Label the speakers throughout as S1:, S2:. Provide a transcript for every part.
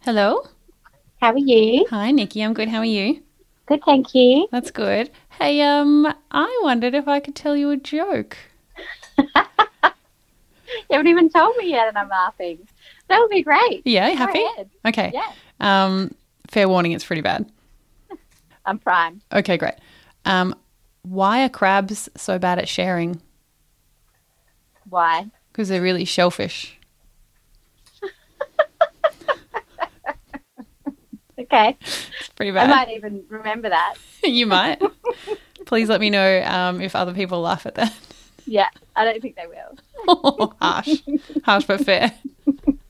S1: Hello.
S2: How are you?
S1: Hi, Nikki. I'm good. How are you?
S2: Good, thank you.
S1: That's good. Hey, um, I wondered if I could tell you a joke.
S2: You haven't even told me yet, and I'm laughing. That would be great.
S1: Yeah,
S2: Go
S1: happy?
S2: ahead.
S1: Okay.
S2: Yeah,
S1: Um, fair warning, it's pretty bad.
S2: I'm prime.
S1: Okay, great. Um, why are crabs so bad at sharing?
S2: Why?
S1: Because they're really shellfish.
S2: Okay.
S1: It's pretty
S2: I
S1: bad.
S2: might even remember that.
S1: you might. Please let me know um, if other people laugh at that.
S2: Yeah, I don't think they will.
S1: Harsh. Harsh, but fair. Uh,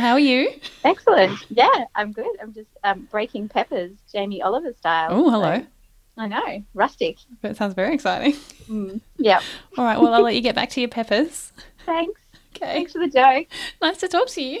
S1: how are you?
S2: Excellent. Yeah, I'm good. I'm just um, breaking peppers, Jamie Oliver style.
S1: Oh, hello.
S2: So- I know. Rustic.
S1: That sounds very exciting.
S2: Mm. Yeah.
S1: All right, well, I'll let you get back to your peppers.
S2: Thanks.
S1: Okay.
S2: Thanks for the joke.
S1: Nice to talk to you.